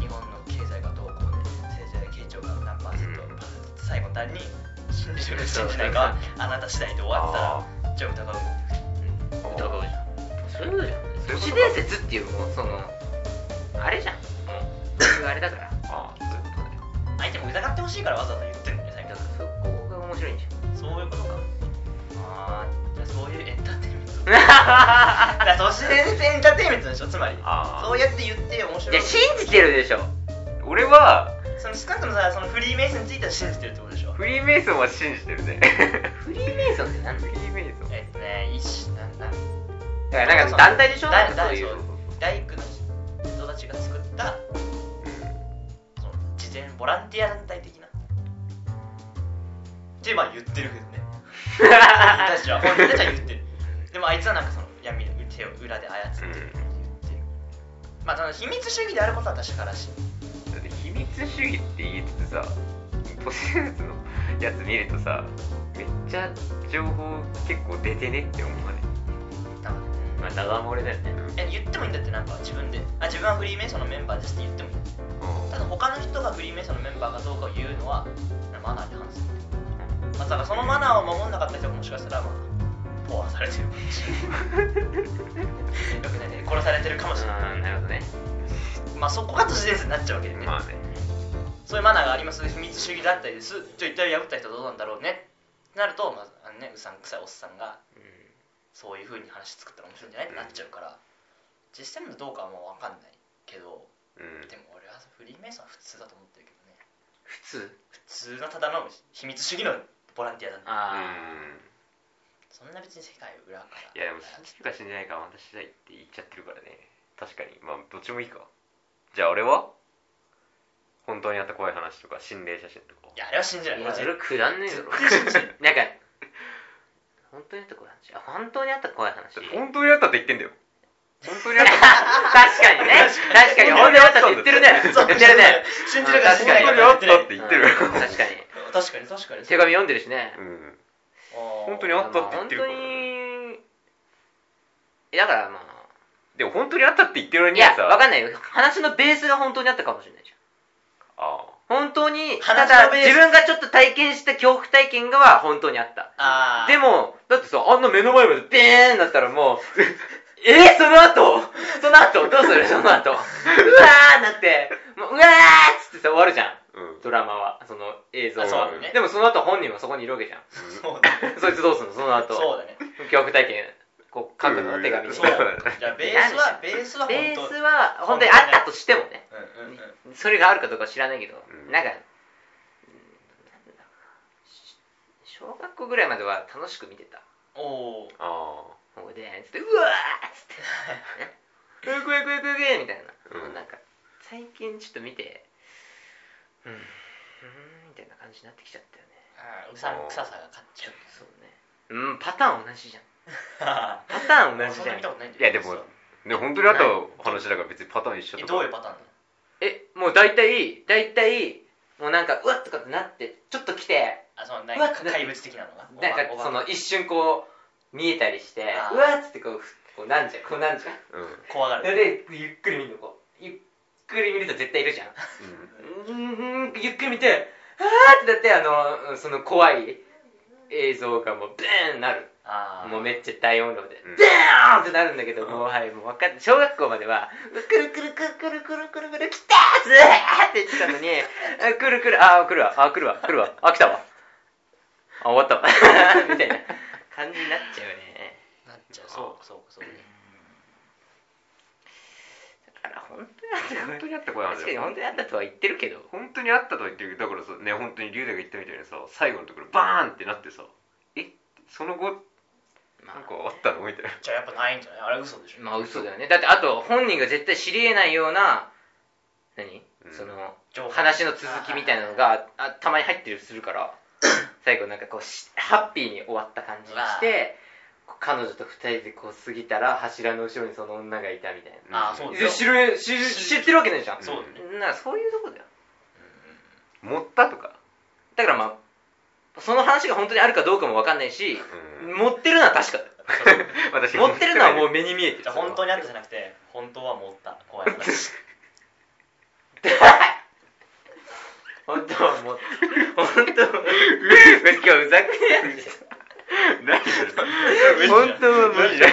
C: 日本の経済がどうこうで政治や経長が何パーセント
A: うん
C: パーセントって最後の段に信じるか信じないかはあなた次第で終わったらじゃあ疑ううん疑うじゃん
B: そういうことじゃん
A: そう
B: 都
A: いうことか
B: 市伝説っていうもうそのあれじゃんもうそういうあれだから
A: ああそういうことね
C: 相手も疑ってほしいからわざわざ言ってるんだよね最
B: だ
C: 近
B: からそこが面白いんじ
C: そういうことかあーじゃあそういうエンターテインメント
B: ゃんい [laughs]
C: だから都市伝説エンターテインメントでしょつまり
A: あー
C: そうやって言って面白い
B: や信じてるでしょ
A: 俺は
C: その少なくともさそのフリーメイソンについては信じてるってことでしょ
A: フリーメイソンは信じてるね
B: フリーメイソンってなんだ
A: フ
B: よ
A: リーメイソン
C: えっとね一種なんなん
B: だからなんか団体でしょ
C: だ
B: なんかそういう
C: だ大工の人たちが作ったその事前ボランティア団体的なってまあ言ってるけ [laughs] どね本人たちは本人たちは言ってるでもあいつはなんかその闇の手を裏で操ってるって言ってる、まあその秘密主義であることは確からしい
A: だって秘密主義って言いつつさポシューズのやつ見るとさめっちゃ情報結構出てねって思うわね
C: 多分
B: まあだが漏れだよね
C: え言ってもいいんだってなんか自分であ自分はフリーメイソンのメンバーですって言ってもいいんだってただ他の人がフリーメイソンのメンバーかどうかを言うのはマナーに反する、まあ、だからそのマナーを守んなかった人がもしかしたらまあポアされてるかもしれないよくないね殺されてるかもしれない
B: うんなるほどね
C: まあそこが都市伝説になっちゃうわけで
A: うん
C: ね、
A: まあね
C: そういうマナーがあります秘密主義団体ですじゃあ一体破った人はどうなんだろうねってなると、まああのね、うさんくさいおっさんがそういうふうに話作ったら面白いんじゃないってなっちゃうから、実際のどうかはもう分かんないけど
A: うん、うん
C: でも俺はフリーメイソンは普通だと思ってるけどね
B: 普通
C: 普通のただの秘密主義のボランティアだね
B: あ
C: そんな別に世界を裏から
A: いやでも信じるか信じないかは私次第って言っちゃってるからね確かにまあどっちもいいかじゃあ俺は本当にあった怖い話とか心霊写真とか
C: いやあれは信じな
B: あ
C: い
B: いや
C: マジ
B: そ
C: で
B: れくだんねえだろ
C: 絶対信じない
B: [laughs] なんか本当にあった怖い話あ本当にあった怖い話
A: だって本当にあったって言ってんだよ本当にあったって
B: 確かにね [laughs] 確かに本当にあったって言ってるね言
C: そう
B: ってるね
C: 信じるか信じない
A: 本
C: か
A: 当に
C: 言ってな
A: あった
C: い
A: って言ってる
B: うん確かに
C: 確かに確かに
B: 手紙読んでるしね
A: うん
C: 本
A: 本当にあったって言ってるから
B: 本当にえだからまあ
A: でも本当にあったって言ってる
B: い
A: に
B: や
A: はさ
B: わかんないよ話のベースが本当にあったかもしれないじゃん
A: あ
B: 本当にた
C: 話
B: だ
C: のベース
B: 自分がちょっと体験した恐怖体験は本当にあった
C: あー
B: でもだってさあんな目の前までビーンなった
C: [laughs]
B: らもうえー、その後その後どうするその後うわーなってもううわーっつってさ終わるじゃん
A: あうん
B: ドラマはその映像は
C: あそうだね
B: でもその後本人はそこにいるわけじゃん
C: そうだね
B: そいつどうすんのその後
C: そうだね
B: 恐怖体験こう書くの
A: うん
B: 手紙に
C: そう
A: だね
C: じゃあベースはベースは
B: ベ
C: 本
B: ー
C: 当
B: スは本当にあったとしてもね
C: うんうんうん
B: それがあるかどうかは知らないけど、
A: うん
B: なんかうん小学校ぐらいまでは楽しく見てた
C: おお
A: ああ
B: 方でつってうわーっつって「うくうくうくうく」みたいな、
A: うん
B: なんか最近ちょっと見てうんうーんみたいな感じになってきちゃったよね
C: うさんくささが勝っちゃう
B: そうねうんパターン同じじゃん
C: パ
B: パターン同じじゃん
C: 見たことないんだよ
A: いやでもね本当にあった話だから別にパターン一緒
C: え
A: とか
C: どういうパターン
B: えもう大体大体もうなんかうわっとかってなってちょっと来て
C: あそのな
B: うわ
C: んか怪物的なのが
B: なんか
C: おば
B: その一瞬こう見えたりして
C: あー
B: うわっつってこうふこうなんじゃんこうなんじゃん
A: うん
C: 怖が
B: そ
C: る
B: れでゆっくり見るのこうゆっくくり見ると絶対いるじゃん
A: うん
B: うーんゆっくり見てあーってなってあのその怖い映像がもうブーンなる
C: ああ
B: もうめっちゃ大音量で、
A: うん
B: でーンってなるんだけど、もうはい、もう分かって、小学校までは、くるくるくるくるくるくるくる、来たーずーって言ってたのに、あくるくる、あー、来るわ、あー、来るわ、来るわ、あ、来たわ、あ、終わったわ、みたいな感じになっちゃうね。
C: なっちゃうそうかそうかそうか
B: だから、本当にあった
A: 本当にあった
B: と
A: 子
B: は
A: なん
B: 確かに
A: だよ
B: 本当にあったとは言ってるけど、
A: 本当にあったとは言ってるけどだからさね本当に龍大が言ったみたいにさ最後のところバーンってなってさえその後
B: ま
A: なん
B: あ
A: か、あったのみたいな
C: じゃあやっぱないんじゃないあれ嘘でしょ
B: まあ、嘘だよね。だって、あと、本人が絶対知り得ないような、何、
A: うん
B: その、
C: 情報
B: 話の続きみたいなのがあたまに入ってるりするから
C: [coughs]
B: 最後なんかこうしハッピーに終わった感じにしてこう彼女と二人でこう過ぎたら柱の後ろにその女がいたみたいな
C: あーそうだ
B: で知る知る知ってるわけないじゃん
C: そうだね
B: なそういうとこだよ
A: 持ったとか
B: だからまあその話が本当にあるかどうかも分かんないし、
A: うん
B: 持ってるのは確かだよ
A: 私
B: 持ってるのはもう目に見えて
C: じゃ
B: る
C: あ本当にあったじゃなくて本当は持った怖い話
B: [laughs] 本当はもう本当は今日ふざけないでしょ
A: 何それ
B: 本当は持
A: マ
B: っ
A: ジ
B: た
A: で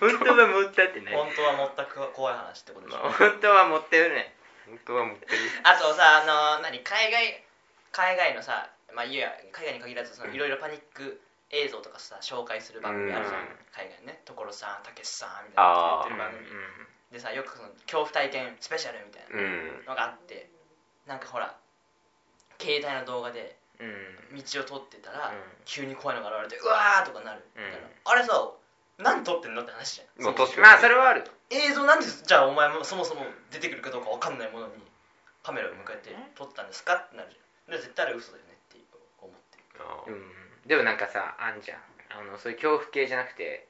B: 本当は持ったってね
C: 本当は持ったく怖い話ってことでしょ
B: 本当は持ってるね
A: 本当は持ってる
C: あとさあの何海外海外のさまあいや海外に限らずそのいろいろパニック映像とかさ紹介する番組あるじゃん
A: うん
C: 海外のね所さんたけしさんみたいなのやってる番組
B: う
C: でさよくその恐怖体験スペシャルみたいな
A: うん
C: のがあってなんかほら携帯の動画で
B: んうん
C: 道を通ってたら、
B: うん
C: 急に怖いのが現れてうわーとかなる、
B: うん
C: だからあれさ何撮ってんのって話じゃん
A: まあ確かに
B: まあそれはある
C: 映像なんでじゃあお前もそもそも出てくるかどうか分かんないものにカメラを向かえて撮ったんですかってなるじゃんで絶対あれ嘘だよねって思ってる
A: あー
B: うんでもなんかさあんじゃんあのそういう恐怖系じゃなくて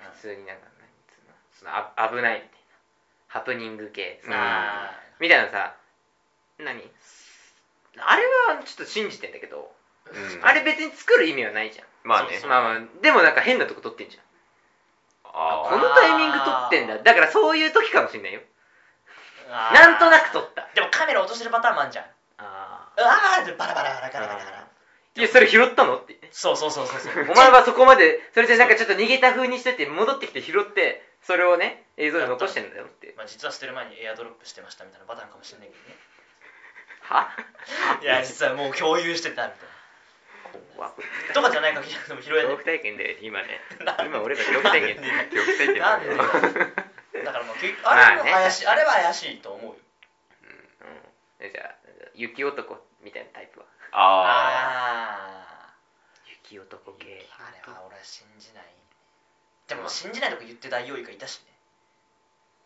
C: うん
B: 普通になんかなんつうのそのあ危ないみたいなハプニング系
A: うん
B: さみたいなさ何あれはちょっと信じてんだけど
A: うん
B: あれ別に作る意味はないじゃん
A: まあね
C: そうそう
B: まあまあでもなんか変なとこ撮ってんじゃん
A: あ
B: こ
A: ー
B: のタイミング撮ってんだだからそういう時かもしんないよ
C: あー
B: なんとなく撮った
C: でもカメラ落としてるパターンもあんじゃんう
B: あ
C: わーってバラバラバラバラバラバラ
B: いやそれ拾ったの
A: [laughs]
B: って
C: そうそうそうそうそう
B: [laughs] お前はそこまで、それでなんかちょっと逃げた風にしといて、戻ってきて拾って、それをね、映像に残してんだよって。
C: まあ実は捨てる前にエアドロップしてましたみたいなパターンかもしれないけどね
B: はい
C: や実はもう共有してたみたい
B: 怖っ。
C: なとかじゃないかもしれないけどでも拾え
B: 恐
C: ない
B: 怖体験で、今ね、
C: なんで
B: 今俺が恐怖体験
C: なんで
A: 記憶体験
C: なん
B: [laughs]
A: だ
C: で
A: よ
C: だからもう結局あれ
B: まあ
C: も
B: ね
C: 怪しい、あれは怪しいと思うよ
B: うん。じゃあ、雪男みたいなタイプは。
A: あ
C: あ
B: 雪男
C: ー
B: 系。
C: あれは俺は信じないでも信じないとこ言ってダイオウイカいたしね、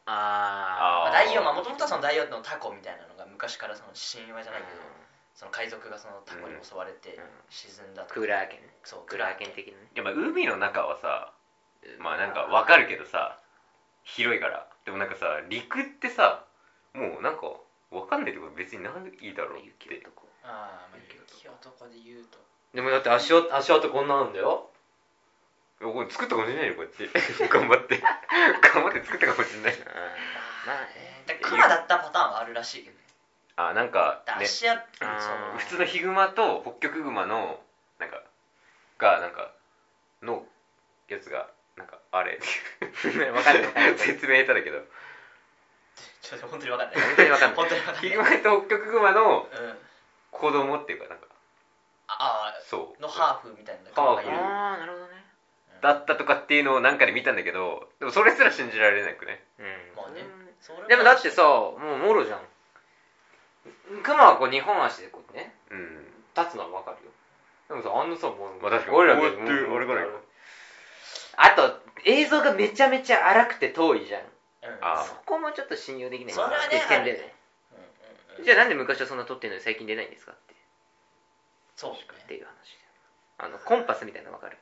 B: あ
A: あ
C: ま
A: ー
C: あ、ダイオウまあもともとはそのダイオウのタコみたいなのが昔からその神話じゃないけどその海賊がそのタコに襲われて
B: うん
C: 沈んだと
B: クーラー犬。
C: そう
B: クーラー犬的なね。
A: ーいやまあ海の中はさまあなんかわかるけどさ広いからでもなんかさ陸ってさもうなんかわかんないってこと別にないだろうって
B: 雪男。
C: ああまあ雪男で言うと
B: でもだって足跡足跡こんななんだよ。
A: いやこれ作ったかもしれないよこうやって [laughs] 頑張って頑張って作ったかもしれない
B: まあね。
C: だクマだったパターンはあるらしいけどね
A: あなんか
C: だ
A: ね
C: 足やそ
B: あー
C: の
A: 普通のヒグマとホッキョクグマのなんかがなんかのやつがなんか
B: [laughs]
A: あれ
B: わかるわかるわかる。
A: 説明下手だけど
C: ちょっと本当に分かんない
B: 本当にわかんない
C: 本当に分かんない
A: ヒグマとホッキョクグマの
C: うん
A: 子供っていうかなんか
C: あ
A: そう
C: あのハーフみたいな
A: ハーフ
C: いる
B: ああ、なるほどね。
A: だったとかっていうのをなんかで見たんだけどでもそれすら信じられなくね
B: うん。
C: まあねそれは
B: でもだってさ、もうもろじゃん。クマはこう二本足でこうね、
A: うん
B: 立つのはわかるよ。でもさ、あんなさ、もう、
A: まあ確かに
B: 俺ら
A: こうやって
B: もう
A: 俺から行く
B: あと、映像がめちゃめちゃ荒くて遠いじゃん。
C: うん
A: あー
B: そこもちょっと信用できない。
C: それはね
B: 欠点だよね。
C: うんうんうん
B: じゃあなんで昔はそんな撮ってんのに最近出ないんですかって
C: そう
B: っ
C: ね
B: ていう話あの、コンパスみたいなのわかる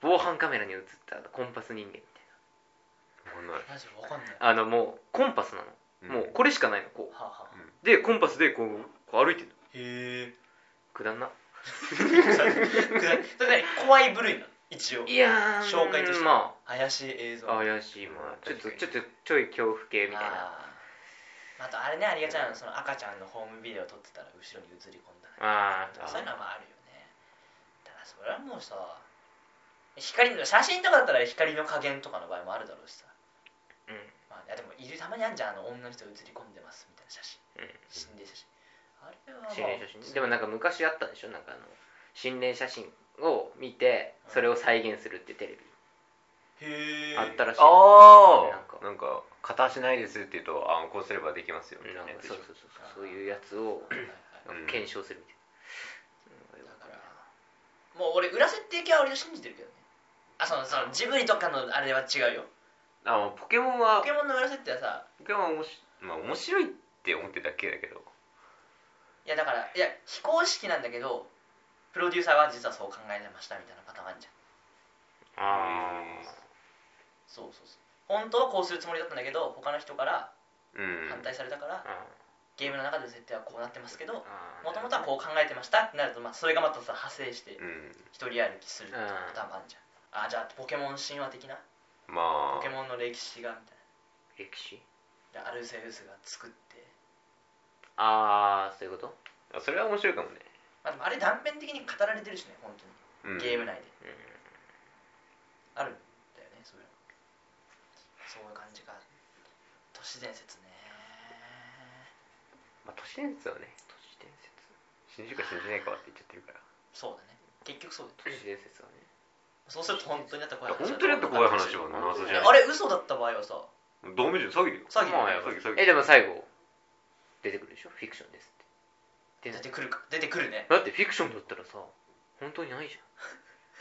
B: 防犯カメラに映ったあのコンパス人間みたい
A: わかんない
C: マジで分かんない
B: な。あの、もう、コンパスなの。
A: うん
B: もう、これしかないの、こ
C: はあはあ
B: う。で、コンパスでこう、こう歩いてるの。
C: へえ
B: くだんな。
C: それ何怖い部類なの一応
B: いやー、
C: 紹介として
B: ま
C: 怪しい映
B: あ、
C: 像
B: 怪しいもん。ちょっと、
A: 確かに
B: ちょっと、ちょい恐怖系みたいな。
C: ああとあれねありがちなのその赤ちゃんのホームビデオ撮ってたら後ろに映り込んだ
B: あ
C: とかそういうのはまああるよねただそれはもうさ光の写真とかだったら光の加減とかの場合もあるだろうしさ
B: うん
C: まあ、いやでもいるたまにあんじゃんあの女の人映り込んでますみたいな写真、
B: うん
C: 心霊写真あれは、まあ、
B: 心霊写真でもなんか昔あったんでしょなんかあの心霊写真を見てそれを再現するってテレビ
C: へえ
B: あったらしい
A: あ
B: なんか
A: あなんか片足ないですって言うとあこうすればできますよみた
B: ないんか
A: なやつで
B: そ
A: しょ
B: うそうそうそうそういうやつを
A: うん
B: 検証するみたい
C: だ
B: な、
C: からもう俺裏設定系は俺は信じてるけどねあそのそのジブリとかのあれは違うよ
A: あもうポケモンは
C: ポケモンの裏設定はさ
A: ポケモンは面白,、まあ、面白いって思ってただけだけど
C: いやだからいや非公式なんだけどプロデューサーは実はそう考えてましたみたいなパターンあるじゃん
B: あ
C: そうそうそう本当はこうするつもりだったんだけど他の人から
A: うん
C: 反対されたから、
B: ーあ
C: ゲームの中での設定はこうなってますけど
B: ーあ
C: もともとはこう考えてましたってなると、まあ、それがまたさ派生して
A: うん
C: 一人歩きするっていうパターンもあるじゃん、あじゃあポケモン神話的な
A: ま
C: ポ
A: あ
C: ケモンの歴史がみたいな
B: う歴史
C: でアルセウスが作って、
B: ああそういうこと
A: あそれは面白いかもね、
C: まあ、でもあれ断片的に語られてるしね本当に
A: うん、
C: ゲーム内で、
B: うん
C: あるんだよねそういうのそういう感じが都市伝説ね
A: まあ、都市伝説はね
B: 都市伝説
A: 信じるか信じないかはって言っちゃってるから
C: そうだね結局そうだよ
B: 都市伝説はね
C: そうすると本当になった怖い
A: 本当にあった怖い話は謎じゃない
C: あれ嘘だった場合はさ
A: ダメじゃん詐欺だよ
C: 詐欺
A: まあ
C: や
A: 詐欺詐欺
B: えでも最後出てくるでしょフィクションですって
C: 出
B: で
C: てくるか出てくるね
B: だってフィクションだったらさ本当にないじ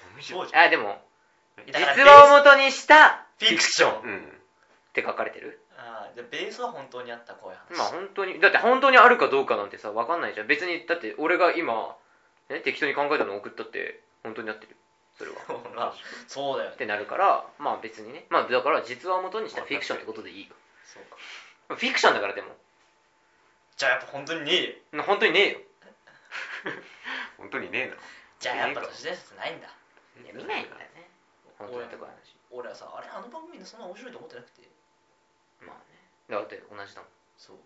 A: ダメじゃ
C: そう
A: ん
C: じ
B: ゃんあでも
C: だから
B: 実話をもとにした
C: フィクション
A: うん
B: って書かれてる
C: ああでベースは本当にあった怖い話
B: まあ本当にだって本当にあるかどうかなんてさ分かんないじゃん別にだって俺が今、ね、適当に考えたのを送ったって本当になってるそれは
C: まあ [laughs] そうだよ
B: っ
C: ね
B: てなるからまあ別にねまあだから実話を元にしたフィクションってことでいいよ
C: そうか
B: フィクションだからでも
C: じゃあやっぱ本当にねえよ
B: 本当にねえよ
A: 本当にねえな
C: じゃあやっぱ都市伝説ないんだ
B: いや見ないんだよね本当に
C: 俺
B: あったかい話
C: 俺はさあれあの番組のそんな面白いと思ってなくて
B: まあねだって同じだもん
C: そう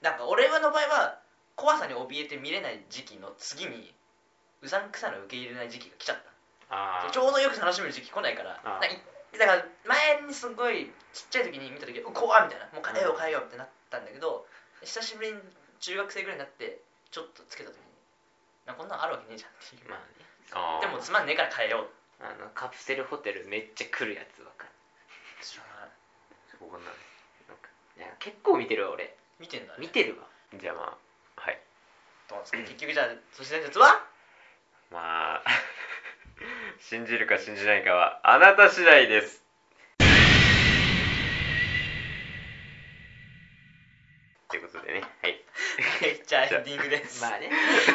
C: なんか俺の場合は怖さに怯えて見れない時期の次にうさんくさの受け入れない時期が来ちゃった
B: あ
C: ちょうどよく楽しめる時期来ないから
B: あ
C: な
B: ー
C: んかいだから前にすごいちっちゃい時に見た時う怖っみたいなもう変えよう変えようってなったんだけど久しぶりに中学生ぐらいになってちょっとつけた時になんかこんなのあるわけねえじゃんっていう
B: まあね
A: あ
C: でもつまんねえから変えよう
B: あのカプセルホテルめっちゃ来るやつ分かる
C: 知らない
A: 分かんない
B: いや結構見てるわ俺
C: 見てんだね
B: 見てるわ
A: じゃあまあはい
C: どうなんですか結局じゃあ都市伝説は
A: まあ信じるか信じないかはあなた次第ですということでねはい
C: じゃあエンディングです
B: まあ [laughs] ね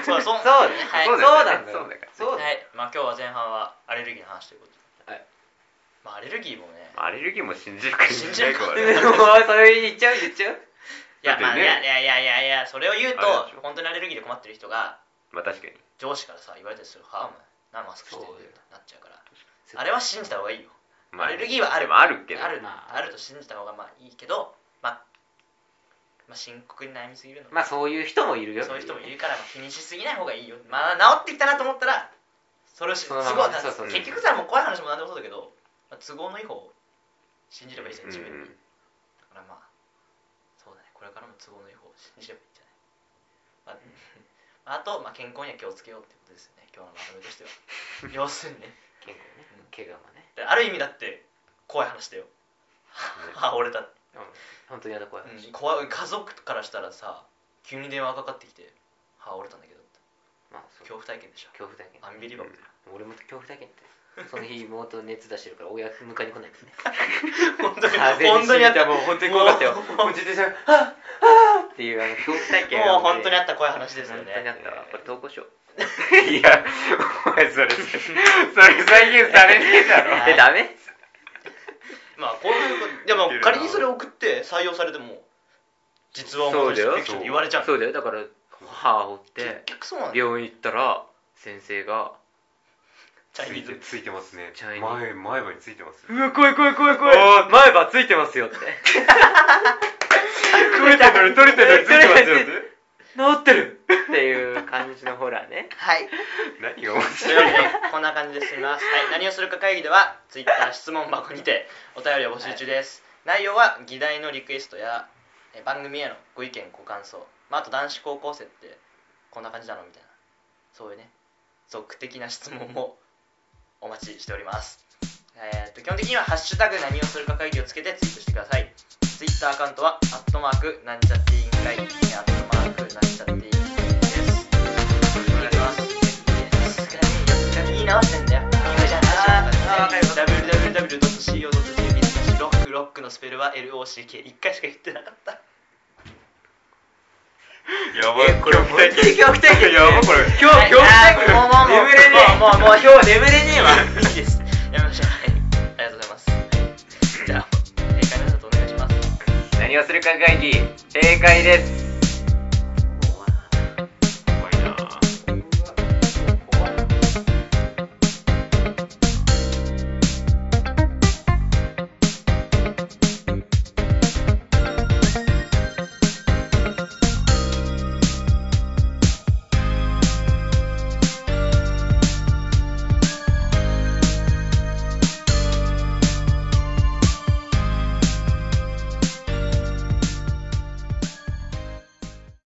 C: そうそう
B: そう
C: はい
B: そう
A: だ
B: な
A: よ
B: ん
A: ね
B: だよ
A: そうだから
B: そうだ
C: はい、まあ今日は前半はアレルギーの話ということで、
B: はい
C: まあ、アレルギーもね、
A: アレルギーも信じるか信じないかは
B: でもそれ言っちゃう言っちゃう
C: いや、
A: だ
C: ま
A: っ
C: あ、
A: て
C: い
A: ね
C: やいやいやいやいや、それを言うと
A: あれでしょ、
C: 本当にアレルギーで困ってる人が、
A: まあ確かに
C: 上司からさ、言われたりする、はあ、お前、なマスクしてる
B: そうだよ
C: ってなっちゃうから、
B: そう
C: あれは信じた方がいいよ。
A: ま
C: アレルギーはある
A: まああるけど
C: ある、
B: まあ
C: あると信じた方がまあいいけど、まあ、まあ、深刻に悩みすぎるの、
B: まあそういう人もいるよ
C: そういう人もいるから、まあ、気にしすぎない方がいいよ。まあ、治ってきたなと思ったら、それをし、
B: そ
C: 都
B: の
C: 合
B: まま
C: な
B: そうそう
A: そう
C: 結局さ、もう怖い話もなんでもそうだけど、まあ、都合のいい方を信じればいいじゃん、
A: うん
C: 自分に。だからまあそうだねこれからも都合のいい方を信じればいいんじゃない、まあ、あ [laughs] と、まあ、健康には気をつけようってことですよね今日のまとめとしては [laughs] 要するにね
B: 健康ね怪我もね
C: である意味だって怖い話だよ [laughs] あ俺だ、
B: 本当にやだ怖い話
C: うん、怖い家族からしたらさ急に電話がかかってきて「はあ折れたんだけど」って
B: まあそう
C: 恐怖体験でしょ
B: 恐怖体験
C: アンビリバボーだよ
B: 俺も恐怖体験 [laughs] ってその日妹熱出してるから親迎えに来ないんです [laughs] ね
C: 本当に
B: 風邪
C: 本当にあった
B: もう本当に怖かったよ
C: もう
B: もう自転車が「ああっていうあの恐怖体験
C: もう本当にあ
B: っ
C: った怖い話ですよ
B: 本当にあ
C: ね
B: ったわこれ投稿しよう
A: いやお前それそれ再現されねえだろ
B: えダメ
C: まあこう
B: [laughs]
C: いうでも仮にそれ送って採用されても実は面白いし
B: そうだよ
C: フィクションって言われちゃう
B: そうだよだから歯を折っ
C: 結
B: て
C: 局そうなんだよ
B: 病院行ったら先生が
C: チャイニー
A: つい
C: ズ
A: てついてますね
B: チャイニー
A: 前前歯についてます
B: うわ怖い怖い怖い怖い前歯ついてますよって
A: 取れてる取れてる取れてるついて
D: 治ってるっていう感じのホラーね
C: はい
A: ますよね何が面
C: というわ
A: 白い
C: けでこんな感じで進みます、はい、何をするか会議ではツイッター質問箱にてお便りを募集中です、内容は議題のリクエストやえ番組へのご意見ご感想、まあ、あと男子高校生ってこんな感じなのみたいなそういうね俗的な質問もお待ちしておりますえー、と基本的には「ハッシュタグ何をするか会議」をつけてツイートしてくださいツイッターアカウントは「アットマークなんちゃって委員会」「アットマークなんちゃって委員会」ですお願いしますいいなってんだよ。今じゃな。www.co.jp スラッシュロックロックのスペルは LOCK。一回しか言ってなかった。
A: やばいこれ
D: 恐
A: 不
D: 怖体験
A: やばいこれ
D: 今日今日
C: もうもうもう
D: 眠れねえもうもう今日眠れねえわ
C: いいです。やめましょう。はい。ありがとうございます。じゃあ、正解の挨拶お願いします。
D: 何をするか会議正解です
A: 怖いな